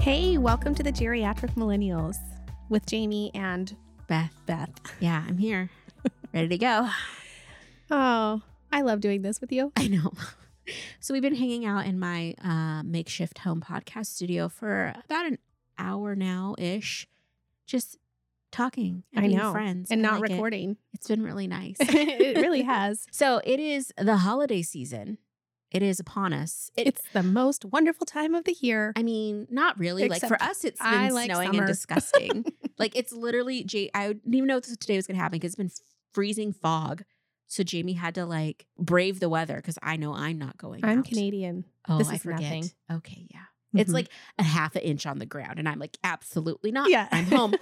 Hey, welcome to the Geriatric Millennials with Jamie and Beth. Beth. Yeah, I'm here. Ready to go. Oh, I love doing this with you. I know. So we've been hanging out in my uh, makeshift home podcast studio for about an hour now ish, just talking and I being know. friends And I not like it. recording. It's been really nice. it really has. So it is the holiday season. It is upon us. It, It's the most wonderful time of the year. I mean, not really. like Except for us, it's I been like snowing summer. and disgusting. like it's literally, Jay. I didn't even know this, today was going to happen because it's been freezing fog. So Jamie had to like brave the weather because I know I'm not going. I'm out. Canadian. Oh, This I is forget. nothing. Mm-hmm. Okay, yeah. It's like a half an inch on the ground, and I'm like, absolutely not. Yeah. I'm home.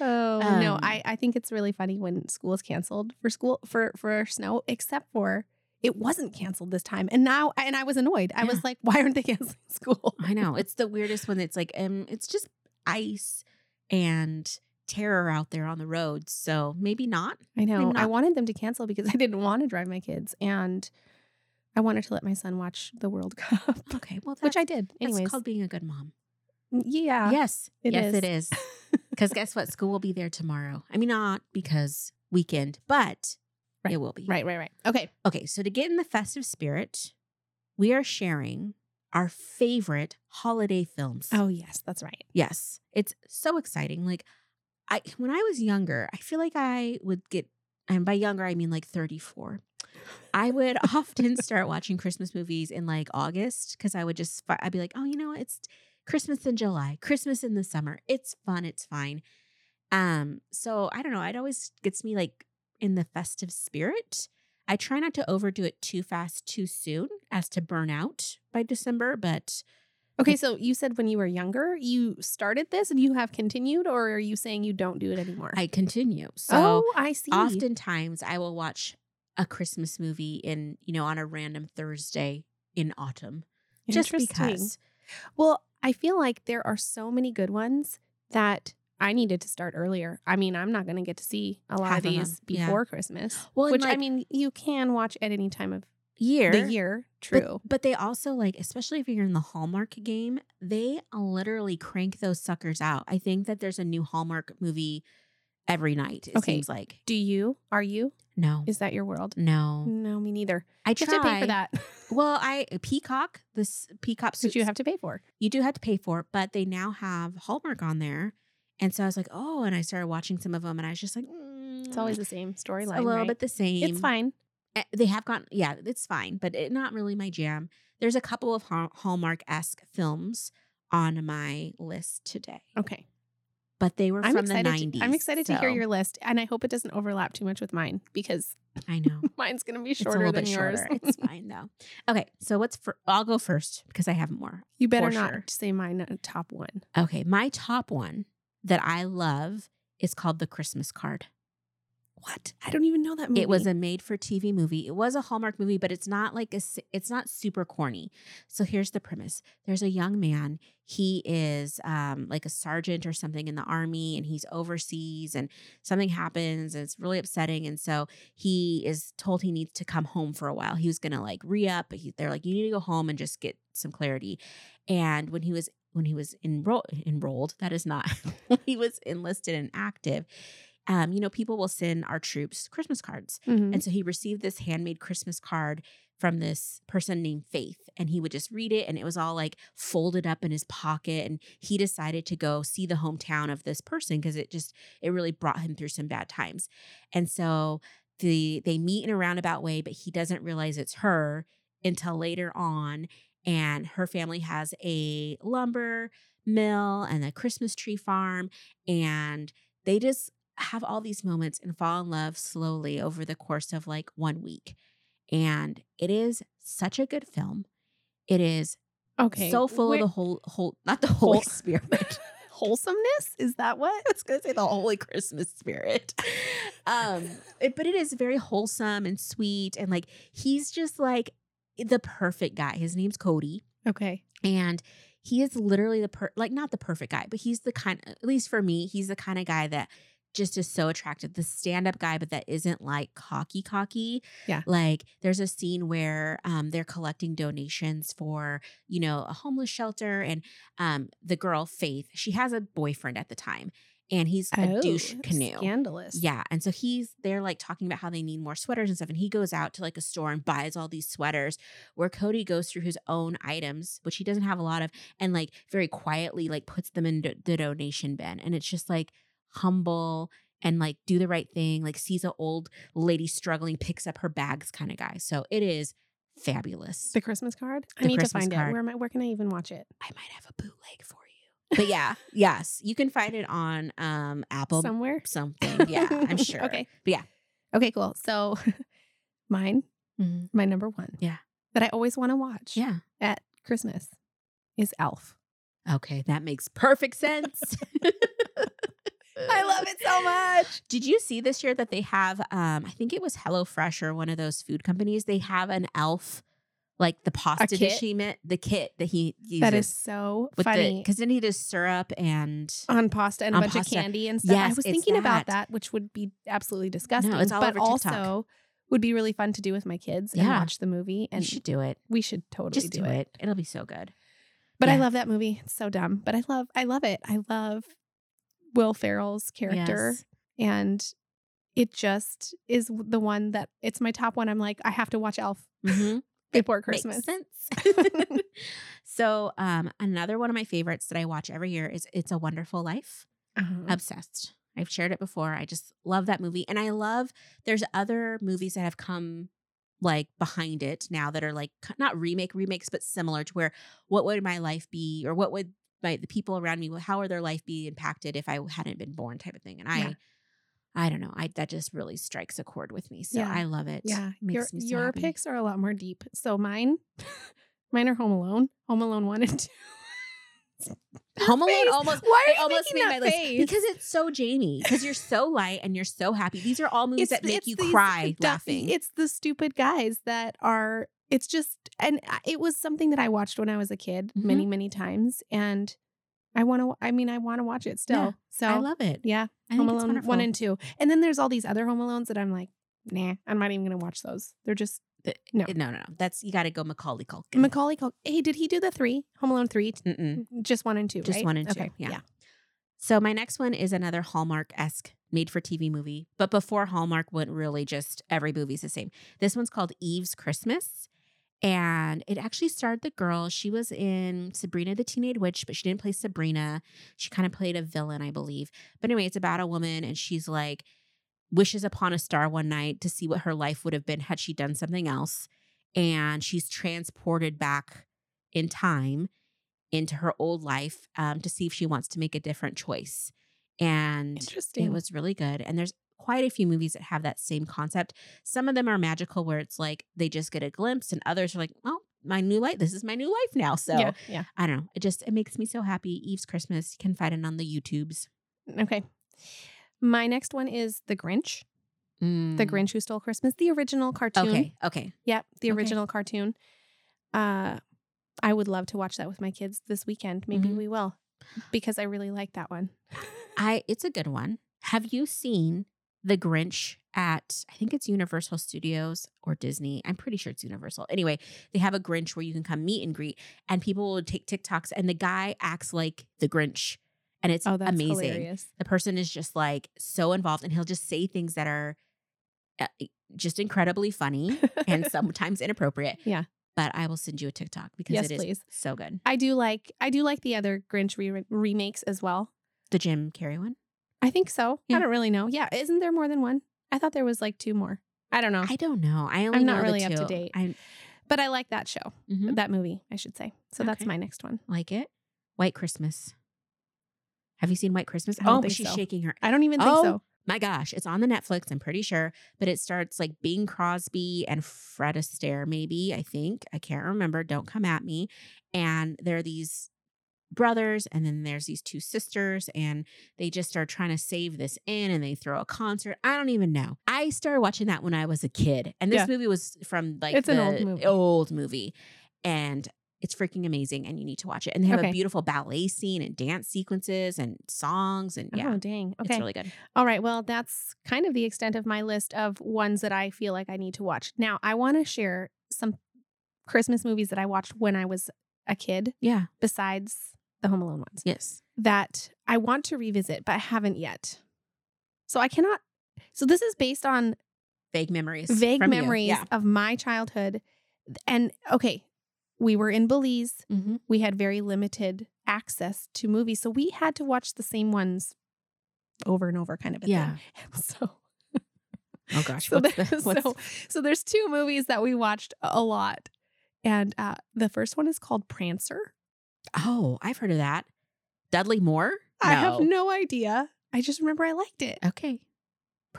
oh no, Um, I, I think it's really funny when school is canceled for school for for snow, except for it wasn't canceled this time. And now and I was annoyed. I was Yeah. like, why aren't they canceling school? I know it's the weirdest one. It's like, um, it's just ice and terror out there on the roads. So maybe not. I know. I not- wanted them to cancel because I didn't want to drive my kids and I wanted to let my son watch the World Cup, Okay, well, which that- I did. Anyways, that's called being a good mom. yeah, yes, it yes, is. it is. Because guess what? School will be there tomorrow. I mean, not because weekend, but Right, it will be. Right, right, right. Okay. Okay, so to get in the festive spirit, we are sharing our favorite holiday films. Oh yes, that's right. Yes. It's so exciting. Like I when I was younger, I feel like I would get and by younger I mean like 34. I would often start watching Christmas movies in like August cuz I would just fi- I'd be like, "Oh, you know what? It's Christmas in July, Christmas in the summer. It's fun, it's fine." Um, so I don't know, it always gets me like in the festive spirit. I try not to overdo it too fast too soon as to burn out by December, but Okay, so you said when you were younger, you started this and you have continued, or are you saying you don't do it anymore? I continue. So oh, I see. oftentimes I will watch a Christmas movie in, you know, on a random Thursday in autumn. Just Interesting. because. Well, I feel like there are so many good ones that I needed to start earlier. I mean, I'm not going to get to see a lot Half of of them, these yeah. before Christmas. Well, and, which I like- mean, you can watch at any time of Year. the year. But- True. But, they also like, especially if you're in the Hallmark game, they literally crank those suckers out. I think that there's a new Hallmark movie every night. It Okay. seems like. Do you? Are you? No. Is that your world? No. No, me neither. I You try. have to pay for that, Well, I Peacock, this Peacock which you have to pay for. you do have to pay for it, but they now have Hallmark on there. And so I was like, oh, and I started watching some of them, and I was just like, It's mm, always the same it's storyline. a little right? bit the same. It's fine. Uh, They have gotten, yeah, it's fine, but it, not really my jam. There's a couple of Hallmark esque films on my list today, Okay. but they were Oh, I'm from excited. the 90s. To, I'm excited to hear so- your list, and I hope it doesn't overlap too much with mine because I know. mine's going to be It's a shorter little than bit yours. shorter. It's fine though. Okay, so what's for? I'll go first because I have more. You better For not sure. say mine uh, top one. Okay, my top one that I love is called The Christmas Card. What? I don't even know that movie. It was a made-for-TV movie. It was a Hallmark movie, but it's not like a. s- It's not super corny. So here's the premise: There's a young man. He is um, like a sergeant or something in the army, and he's overseas, and something happens, and it's really upsetting. And so he is told he needs to come home for a while. He was gonna like re-up, but he, they're like, you need to go home and just get some clarity. And when he was when he was enroll enrolled, that is not when he was enlisted and active. Um, you know, people will send our troops Christmas cards. Mhm. And so he received this handmade Christmas card from this person named Faith. And he would just read it, and it was all like folded up in his pocket. And he decided to go see the hometown of this person because it just, it really brought him through some bad times. And so the, they meet in a roundabout way, but he doesn't realize it's her until later on. And her family has a lumber mill and a Christmas tree farm. And they just have all these moments and fall in love slowly over the course of like one week. And it is such a good film. It is okay. so full Wait, of the whole, whole, not the Holy Whole- Spirit. wholesomeness. Is that what? I was going to say the Holy Christmas Spirit. Um, it- but it is very wholesome and sweet. And like, he's just like the perfect guy. His name's Cody. Okay. And he is literally the per like not the perfect guy, but he's the kind at least for me, he's the kind of guy that just is so attractive. The stand up guy, but that isn't like cocky, cocky. Yeah. Like there's a scene where um, they're collecting donations for, you know, a homeless shelter. And um, the girl, Faith, she has a boyfriend at the time and he's a douche Oh, canoe. Scandalous. Yeah. And so he's they're like talking about how they need more sweaters and stuff. And he goes out to like a store and buys all these sweaters where Cody goes through his own items, which he doesn't have a lot of, and like very quietly like puts them in do- the donation bin. And it's just like humble and like do the right thing, like sees an old lady struggling, picks up her bags kind of guy. So it is fabulous. The Christmas card. I The need Christmas to find card. it. Where am I? Where can I even watch it? I might have a bootleg for you. But yeah, yes, you can find it on um Apple Somewhere. something. Yeah, I'm sure. okay. But yeah. Okay. Cool. So, mine, Mhm. my number one. Yeah. That I always want to watch. Yeah. At Christmas, is Elf. Okay, that makes perfect sense. I love it so much. Did you see this year that they have um I think it was HelloFresh or one of those food companies, they have an elf like the pasta kit? dish he meant, the kit that he uses. That is so funny. cuz then he does syrup and on pasta and a On bunch pasta. of candy and stuff. I Yes, was it's thinking about that. that, which would be absolutely disgusting. it's all but over TikTok. also would be really fun to do with my kids and Yeah. watch the movie. you And should do it. we should totally Just do it. It'll be so good. But I Yeah. love that movie. It's so dumb, but I love I love it. I love Will Ferrell's character Yes. and it just is the one that it's my top one. I'm like I have to watch Elf Mhm. before Makes Christmas. sense. so, um another one of my favorites that I watch every year is It's a Wonderful Life. Uh-huh. obsessed. I've shared it before. I just love that movie. And I love there's other movies that have come like behind it now that are like k- not remake remakes but similar to where what would my life be or what would my the people around me how would their life be impacted if I hadn't been born type of thing. And I Yeah. I don't know. I that just really strikes a chord with me. So Yeah. I love it. Yeah, your Makes me so your happy. picks are a lot more deep. So mine, mine are Home Alone, Home Alone one and two. Home Alone face. almost Why are it you almost made making my that face? list because it's so Jamie. Because you're so light and you're so happy. These are all movies that make you these cry du- laughing. It's the stupid guys that are. It's just, and I- it was something that I watched when I was a kid Mhm. many, many times, and I want to. I mean, I want to watch it still. Yeah, so I love it. yeah, I Home think it's Alone one wonderful. and two, and then there's all these other Home Alones that I'm like, nah, I'm not even gonna watch those. They're just no. No, no, no. That's you got to go Macaulay Mm. Culkin. Macaulay Culkin. Hey, did he do the three Home Alone three? Mm-mm. Just one and two. Just right? one and two, Okay, yeah. So my next one is another Hallmark esque made for TV movie, but before Hallmark went really just every movie's the same. This one's called Eve's Christmas, and it actually starred the girl. She was in Sabrina the Teenage Witch, but she didn't play Sabrina. She kind of played a villain, I believe. But anyway, it's about a woman, and she's like wishes upon a star one night to see what her life would have been had she done something else, and she's transported back in time into her old life um, to see if she wants to make a different choice. And Interesting. it was really good. And there's quite a few movies that have that same concept. Some of them are magical where it's like they just get a glimpse, and others are like, well, my new life, this is my new life now. So yeah, yeah. I don't know. It just it makes me so happy. Eve's Christmas. You can find it on the YouTubes. Okay. My next one is The Grinch, The Grinch Who Stole Christmas, the original cartoon. Mm. Okay. Okay. Yep, the Okay. original cartoon. Uh I would love to watch that with my kids this weekend. Maybe Mhm. we will because I really like that one. I it's a good one. Have you seen The Grinch at I think it's Universal Studios or Disney? I'm pretty sure it's Universal. Anyway, they have a Grinch where you can come meet and greet and people will take TikToks and the guy acts like the Grinch and it's Oh, that's amazing. hilarious. The person is just like so involved and he'll just say things that are uh, just incredibly funny and sometimes inappropriate. Yeah. But I will send you a TikTok because Yes, it is please. so good. I do like I do like the other Grinch re- remakes as well. The Jim Carrey one? I think so. Yeah. I don't really know. Yeah, isn't there more than one? I thought there was like two more. I don't know. I don't know. I only Oh. I'm not know the really up to two. date. I but I like that show. mhm. That movie, I should say. So that's Okay. my next one. Like it? White Christmas. Have you seen White Christmas? I don't oh, but think she's so. shaking her. I don't even think Oh, so. My gosh, it's on the Netflix, I'm pretty sure, but it starts like Bing Crosby and Fred Astaire, maybe, I think. I can't remember. Don't come at me. And there are these brothers, and then there's these two sisters, and they just are trying to save this inn and they throw a concert. I don't even know. I started watching that when I was a kid, and this Yeah. movie was from like It's an the old movie. old movie. And It's freaking amazing and you need to watch it. And they have Okay. a beautiful ballet scene and dance sequences and songs and yeah. Oh, dang. Okay. It's really good. All right. Well, that's kind of the extent of my list of ones that I feel like I need to watch. Now, I want to share some Christmas movies that I watched when I was a kid, Yeah. besides the Home Alone ones Yes. that I want to revisit, but haven't yet. So I cannot. So this is based on Vague memories. vague from you. memories Yeah. of my childhood. And okay, we were in Belize. Mm-hmm. we had very limited access to movies. So we had to watch the same ones over and over, kind of a Yeah. thing. And so, Oh gosh. so, what's the- there- what's- so, so there's two movies that we watched a lot. And uh, the first one is called Prancer. oh, I've heard of that. Dudley Moore? I have No. no idea. I just remember I liked it. Okay.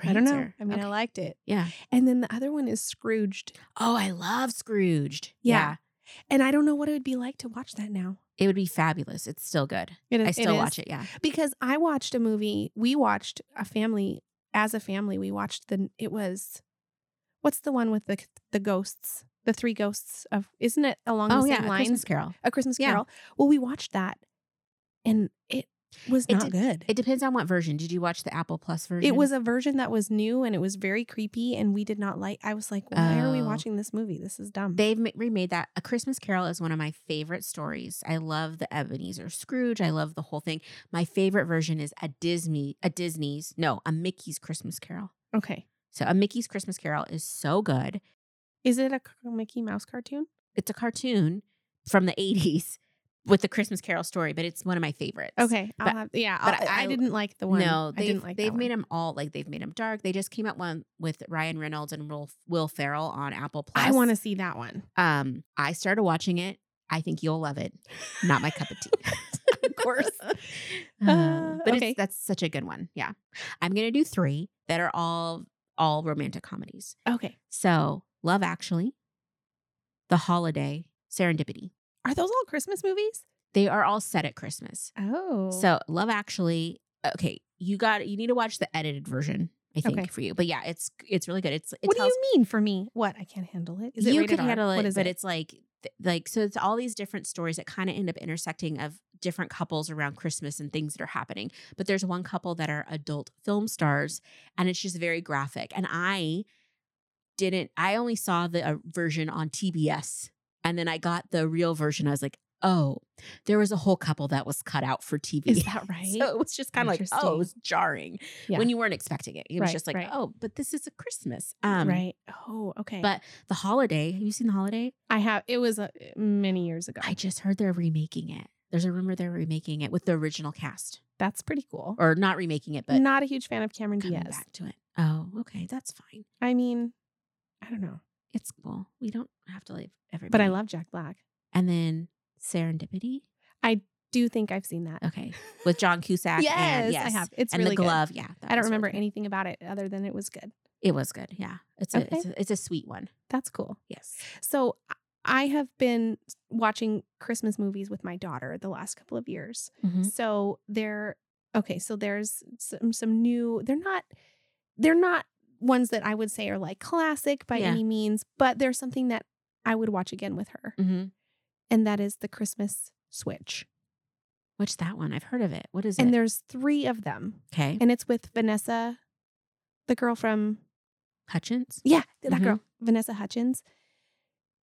I don't know. Oh, Prancer. I mean, I Okay. liked it. Yeah. And then the other one is Scrooged. Oh, I love Scrooged. Yeah. And I don't know what it would be like to watch that now. It would be fabulous. It's still good. It I still watch it. Yeah. because I watched a movie. We watched a family as a family. We watched the it was what's the one with the the ghosts, the three ghosts of isn't it along the Oh, same yeah. A lines? Christmas Carol. A Christmas Yeah. Carol. Well, we watched that, and it was It not did- good. It depends on what version. Did you watch the Apple Plus version? It was a version that was new and it was very creepy, and we did not like. I was like, "Why are we Oh. watching this movie? This is dumb." They've ma- remade that. A Christmas Carol is one of my favorite stories. I love the Ebenezer Scrooge. I love the whole thing. My favorite version is a Disney, a Disney's, no, a Mickey's Christmas Carol. okay, So a Mickey's Christmas Carol is so good. is it a c- Mickey Mouse cartoon? It's a cartoon from the 80s with the Christmas Carol story, but it's one of my favorites. Okay, I'll But- have, yeah, I'll, but I, I- didn't like the one. No, I they've, didn't like. they've that made one. them all like they've made them dark. They just came out one with Ryan Reynolds and Will, Will Ferrell on Apple Plus. I want to see that one. Um, I started watching it. I think you'll love it. Not my cup of tea, Of course. Uh, Uh, but okay. it's, that's such a good one. Yeah, I'm gonna do three that are all all romantic comedies. Okay. So Love Actually, The Holiday, Serendipity. Are those all Christmas movies? They are all set at Christmas. Oh. So Love Actually. Okay, you got you need to watch the edited version. I think Okay. for you, but yeah, it's it's really good. It's it what do tells you mean for me? What? I can't handle it. Is it you rated could R? handle it, What is but it's like th- like so it's all these different stories that kind of end up intersecting of different couples around Christmas and things that are happening. But there's one couple that are adult film stars, and it's just very graphic. And I didn't. I only saw the uh, version on TBS, and then I got the real version. I was like, oh, there was a whole couple that was cut out for TV. Is that right? So it was just kind of like, oh, Interesting. it was jarring Yeah. when you weren't expecting it. It was Right, just like, right. oh, but this is a Christmas. Um, right. Oh, okay. But the holiday. Have you seen the holiday? I have. It was uh, many years ago. I just heard they're remaking it. There's a rumor they're remaking it with the original cast, That's pretty cool. or not remaking it, but Not a huge fan of Cameron coming Diaz. back to it. Oh, okay, that's fine. I mean, I don't know, It's cool. We don't have to leave but everybody. I love Jack Black. And then Serendipity. Do you think I've seen that? Okay, with John Cusack. and, I yes. have. It's and really the good. glove. Yeah, that I don't was really remember good. anything about it other than it was good. It was good. Yeah, it's a, Okay. it's a it's a sweet one. That's cool. Yes. So I- I have been watching Christmas movies with my daughter the last couple of years. Mm-hmm. So they're okay. So there's some some new. They're not they're not ones that I would say are like classic by Yeah. any means, but there's something that I would watch again with her, Mm-hmm. and that is the Christmas Switch. What's that one? I've heard of it. What is And it? Mm. there's three of them, Okay, and it's with Vanessa, the girl from Hutchins. yeah, that Mhm. girl Vanessa Hutchins.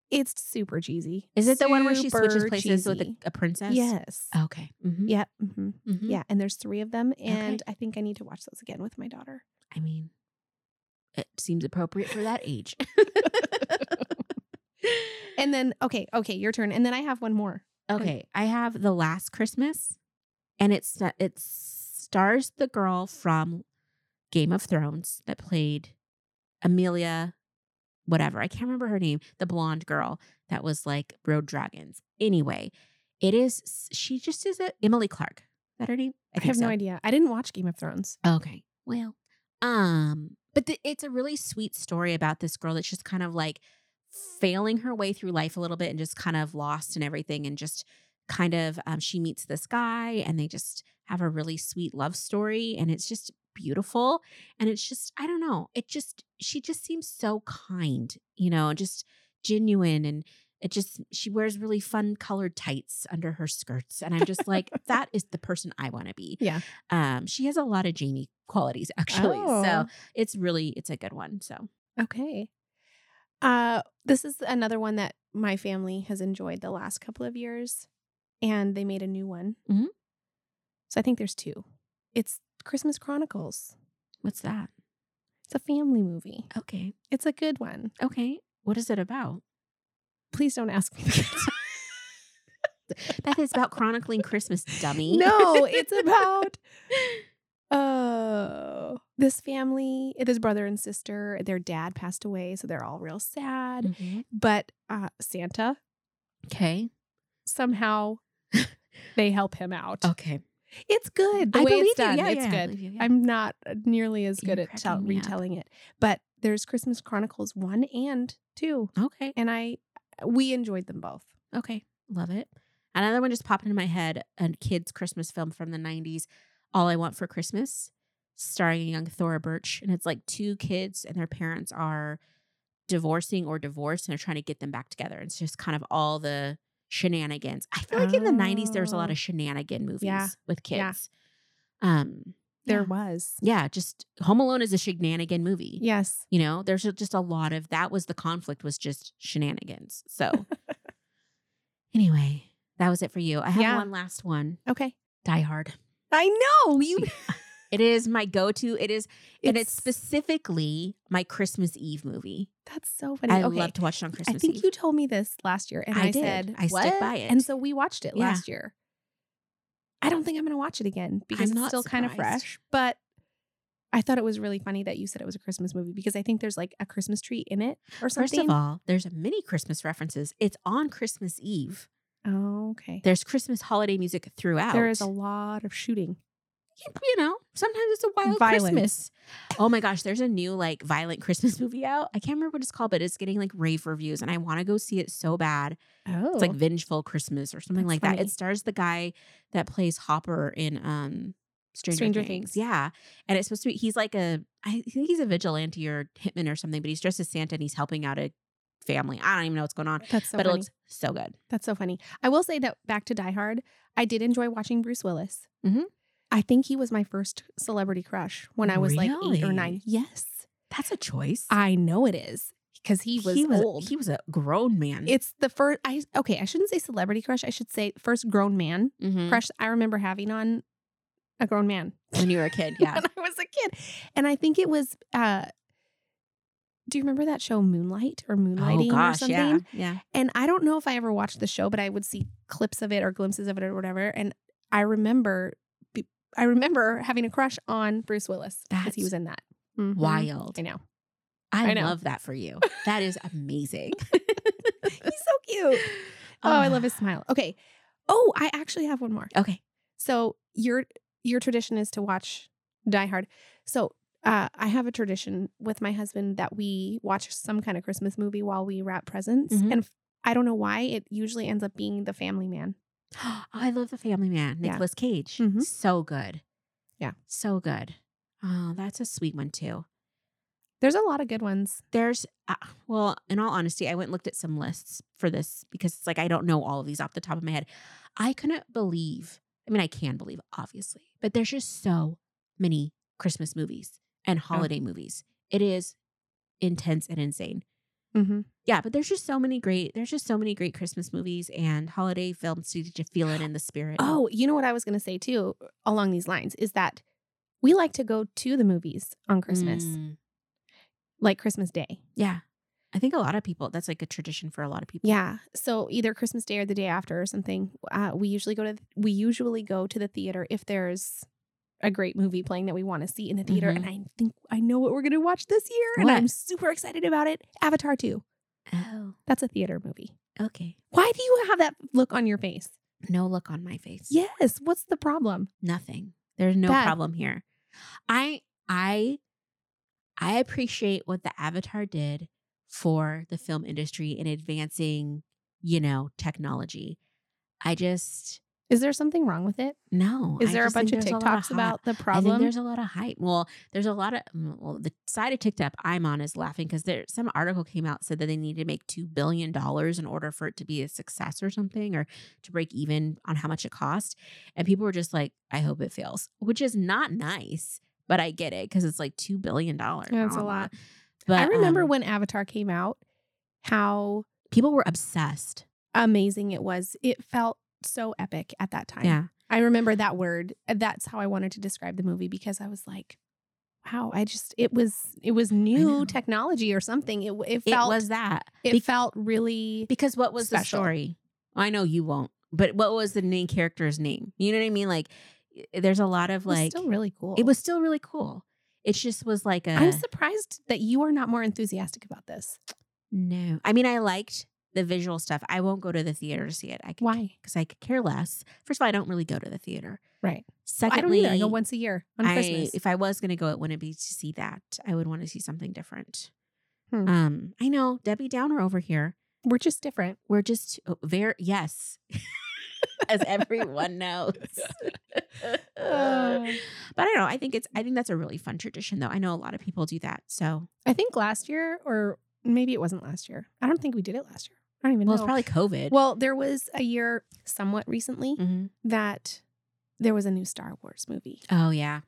It's super cheesy. Is it the one where she switches Super places with a, cheesy. a princess? Yes. Okay. Mhm. Yep. hmm Mhm. Yeah. And there's three of them, and I think I need to watch those again with my daughter. I mean, it seems appropriate for that age. And then, okay, okay, your turn. And then I have one more. okay, I have the last Christmas, and it's it stars the girl from Game of Thrones that played Amelia, whatever I can't remember her name, the blonde girl that was like Road Dragons. Anyway, it is she just is a Emily Clark. Is that her name? I, think have no so. idea. I didn't watch Game of Thrones. Okay. Well, um, but the, it's a really sweet story about this girl that's just kind of like failing her way through life a little bit and just kind of lost and everything and just kind of um, she meets this guy and they just have a really sweet love story and it's just beautiful and it's just I don't know it just she just seems so kind you know and just genuine and it just she wears really fun colored tights under her skirts and i'm just like that is the person i want to be Yeah. um she has a lot of jamie qualities actually so it's really it's a good one so Oh, Okay. Uh this is another one that my family has enjoyed the last couple of years and they made a new one. Mhm. So I think there's two. It's Christmas Chronicles. what's that It's a family movie. okay It's a good one. okay what is it about Please don't ask me that. beth is about chronicling christmas dummy no, it's about uh this family, this brother and sister, their dad passed away, so they're all real sad. Mhm. But uh Santa okay somehow they help him out. okay Oh, It's good. The I way believe you. it's done, Yeah, it's yeah, I good. believe you, yeah. I'm not nearly as You're good at cracking tell- me up. retelling it, but there's Christmas Chronicles one and two, okay and I we enjoyed them both. Okay, love it. Another one just popped into my head a kids' Christmas film from the 90s, All I Want for Christmas, starring a young Thora Birch. And it's like two kids and their parents are divorcing or divorced and they're trying to get them back together. It's just kind of all the shenanigans. I feel like in the 90s, there was a lot Oh. of shenanigan movies Yeah, with yeah. kids. Um, There yeah. was yeah, just Home Alone is a shenanigan movie yes, you know there's just a lot of that was the conflict was just shenanigans so anyway that was it for you i have Yeah. one last one okay. die hard I know you. it is my go-to it is and it's specifically my christmas eve movie that's so funny. i e, okay. love to watch it on I christmas think eve you told me this last year, and I I, did. said I stick "What?" by it. and so we watched it Yeah. last year. I don't think I'm going to watch it again because I'm it's not still kind of surprised. fresh, but. I thought it was really funny that you said it was a Christmas movie because I think there's like a Christmas tree in it or First something. of all, there's many Christmas references. It's on Christmas Eve. Oh, okay. There's Christmas holiday music throughout. There is a lot of shooting. you know, sometimes it's a wild Violence. Christmas. Oh my gosh, there's a new like violent Christmas movie out. I can't remember what it's called, but it's getting like rave reviews, and I want to go see it so bad. Oh, It's like Vengeful Christmas or something That's like that. funny. It stars the guy that plays Hopper in um Stranger, Stranger Things. Things. Yeah, and it's supposed to be he's like a I think he's a vigilante or hitman or something, but he's dressed as Santa and he's helping out a family. I don't even know what's going on, that's so but funny. it looks so good. that's so funny. I will say that back to Die Hard, I did enjoy watching Bruce Willis. Mhm. I think he was my first celebrity crush when I was like eight or Really? nine. Yes, That's a choice. I know it is because he was, old. He was a grown man. it's the first. I okay. I shouldn't say celebrity crush. I should say first grown man Mhm. crush I remember having on a grown man. when you were a kid. Yeah. when I was a kid. And I think it was uh do you remember that show Moonlight or Moonlighting or something? Oh, yeah, yeah. And I don't know if I ever watched the show, but I would see clips of it or glimpses of it or whatever. And I remember be- I remember having a crush on Bruce Willis because he That's was in that. Mhm. Wild. I know. I, I know. love that for you. That is amazing. He's so cute. Oh, I Ah. love his smile. Okay. Oh, I actually have one more. Okay. So your your tradition is to watch Die Hard. So uh, I have a tradition with my husband that we watch some kind of Christmas movie while we wrap presents, Mhm. and f- I don't know why it usually ends up being The Family Man. Oh, I love the Family Man. Yeah. Nicolas Cage. Mhm. So good. Yeah. So good. Oh, that's a sweet one too. There's a lot of good ones. There's uh, well, in all honesty, I went and looked at some lists for this because it's like I don't know all of these off the top of my head. I couldn't believe. I mean, I can believe, obviously, but there's just so many Christmas movies Oh. and holiday movies. It is intense and insane. Mm-hmm. yeah, but there's just so many great there's just so many great Christmas movies and holiday films to to feel it in the spirit. Oh, you know what I was going to say too, along these lines, is that we like to go to the movies on Christmas, Mm, like Christmas Day. yeah. I think a lot of people that's like a tradition for a lot of people. Yeah. So either Christmas Day or the day after or something. Uh, we usually go to th- we usually go to the theater if there's a great movie playing that we want to see in the theater. And I think I know what we're gonna watch this year, and Mm-hmm. What? I'm super excited about it. Avatar two. Oh, That's a theater movie. okay. Why do you have that look on your face? No look on my face. Yes. What's the problem? Nothing. There's no Bad. problem here. I I I appreciate what the Avatar did for the film industry in advancing, you know, technology. I just Is there something wrong with it? No. Is I there a just think bunch of there's lot TikToks hot- about the I think problem? there's a lot of hype. Well, there's a lot of mm, well, the side of TikTok I'm on is laughing because there some article came out said that they need to make two billion dollars in order for it to be a success or something or to break even on how much it cost. And people were just like, I hope it fails, which is not nice, but I get it because it's like two billion dollars. Yeah, it's a lot. I remember um when Avatar came out, how people were obsessed. amazing it was. It felt so epic at that time. Yeah. I remember that word. uh, That's how I wanted to describe the movie because I was like, wow, I just it was it was know. new technology or something. It it It felt it, was that. Be- felt really Because what was special. the story? I know you won't, but what was the main character's name? You know what I mean? Like, y- there's a lot of it was like, still really cool. it was still really cool. It just was like a I'm surprised that you are not more enthusiastic about this. no. I mean, I liked the visual stuff. I won't go to the theater to see it. I could, Why? because I could care less. First of all, I don't really go to the theater. Right. I don't Secondly, either. I go once a year on I- Christmas. if I was going to go, it wouldn't be to see that. I would want to see something different. Hmm. Um, I know Debbie Downer over here. We're just different. we're just oh, very yes as everyone knows Uh. but i don't know i think it's i think that's a really fun tradition though i know a lot of people do that so I think last year, or maybe it wasn't last year. I don't think we did it last year. I don't even well it's know. probably covid well, there was a year somewhat recently Mhm. that there was a new Star Wars movie. oh yeah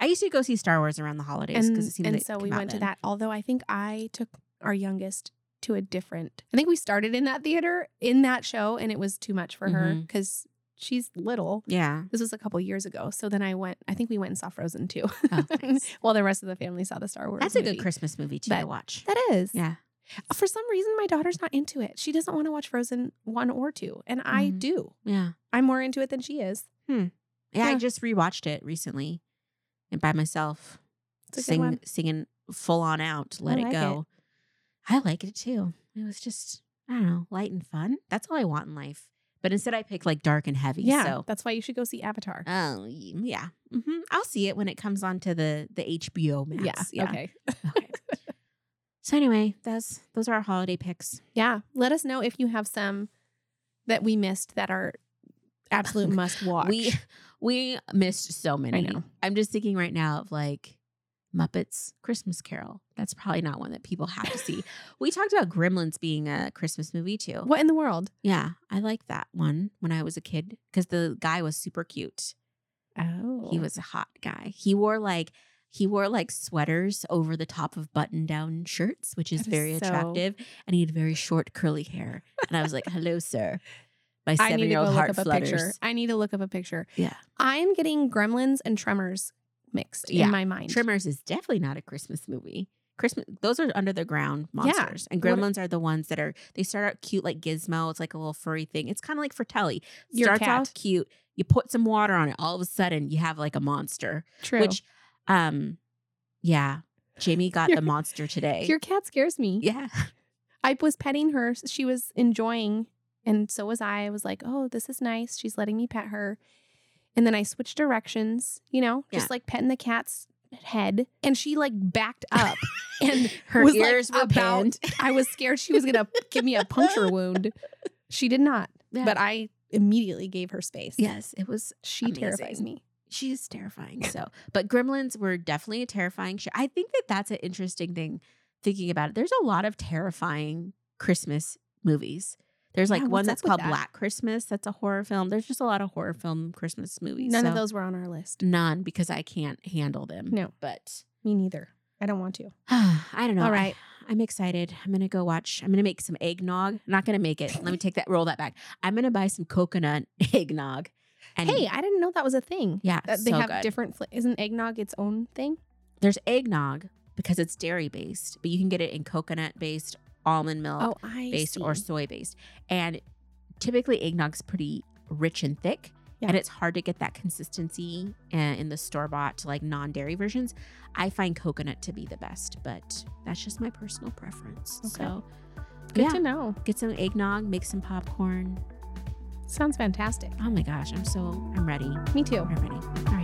i used to go see star wars around the holidays and, because it seemed and like it so we came out went to then. that although i think i took our youngest to a different i think we started in that theater in that show and it was too much for her Mhm. because she's little yeah this was a couple years ago so then i went i think we went and saw frozen too Oh, nice. while the rest of the family saw the star wars that's a good movie. christmas movie too to But- watch that is yeah for some reason my daughter's not into it she doesn't want to watch frozen one or two and i Mhm. do yeah i'm more into it than she is yeah i Yeah. just rewatched it recently and by myself It's a good sing one. singing full on out, let like it it. go. I like it too. It was just I don't know, light and fun. That's all I want in life. But instead, I picked like dark and heavy. yeah So that's why you should go see avatar oh y- yeah, hmm I'll see it when it comes onto the the HBO Max. yeah, okay okay. So anyway, that's those are our holiday picks. Yeah. Let us know if you have some that we missed that are absolute must watch. We we missed so many. know. I'm just thinking right now of like Muppets Christmas Carol. That's probably not one that people have to see. we talked about Gremlins being a Christmas movie too. what in the world? Yeah, I like that one when I was a kid because the guy was super cute. Oh. He was a hot guy. He wore like he wore like sweaters over the top of button-down shirts, which is That is very so- attractive, and he had very short curly hair. And I was like, "Hello, sir." My I need to go seven-year-old look heart up a flutters. picture. I need to look up a picture. Yeah. I'm getting gremlins and tremors mixed Yeah. in my mind. Tremors is definitely not a Christmas movie. Christmas; those are under the ground monsters, and What- gremlins are the ones that are. They start out cute, like Gizmo. It's like a little furry thing. It's kind of like Fratelli. Your Starts cat. off cute. You put some water on it. All of a sudden, you have like a monster. True. Which, um, yeah, Jamie got Your- the monster today. Your cat scares me. yeah, I was petting her. She was enjoying, and so was I. I was like, oh, this is nice. She's letting me pet her. And then I switched directions, you know, just Yeah. like petting the cat's head. And she like backed up and her was, like, ears were about- pinned. I was scared she was going to give me a puncture wound. She did not, Yeah. but I immediately gave her space. yes, it was She terrifies amazing. me. she's terrifying. So, but gremlins were definitely a terrifying show. I think that that's an interesting thing thinking about it. There's a lot of terrifying Christmas movies. There's like Yeah, one what's that's up with called that? Black Christmas. That's a horror film. There's just a lot of horror film Christmas movies. None of So, those were on our list. None because I can't handle them. No. But Me neither. I don't want to. I don't know. All right. I, am excited. I'm gonna go watch. I'm gonna make some eggnog. I'm not gonna make it. Let me take that. Roll that back. I'm gonna buy some coconut eggnog. And hey, I didn't know that was a thing. yeah, That they so have good. different. Fl- isn't eggnog its own thing? There's eggnog because it's dairy based, but you can get it in coconut based, almond milk Oh, I based, see. or soy based. And typically, eggnog's pretty rich and thick, Yeah. and it's hard to get that consistency uh, in the store bought to like non dairy versions. I find coconut to be the best, but that's just my personal preference. Okay. So, Good yeah, to know. get some eggnog, make some popcorn. Sounds fantastic. Oh my gosh, I'm so I'm ready. Me too. I'm ready. All right.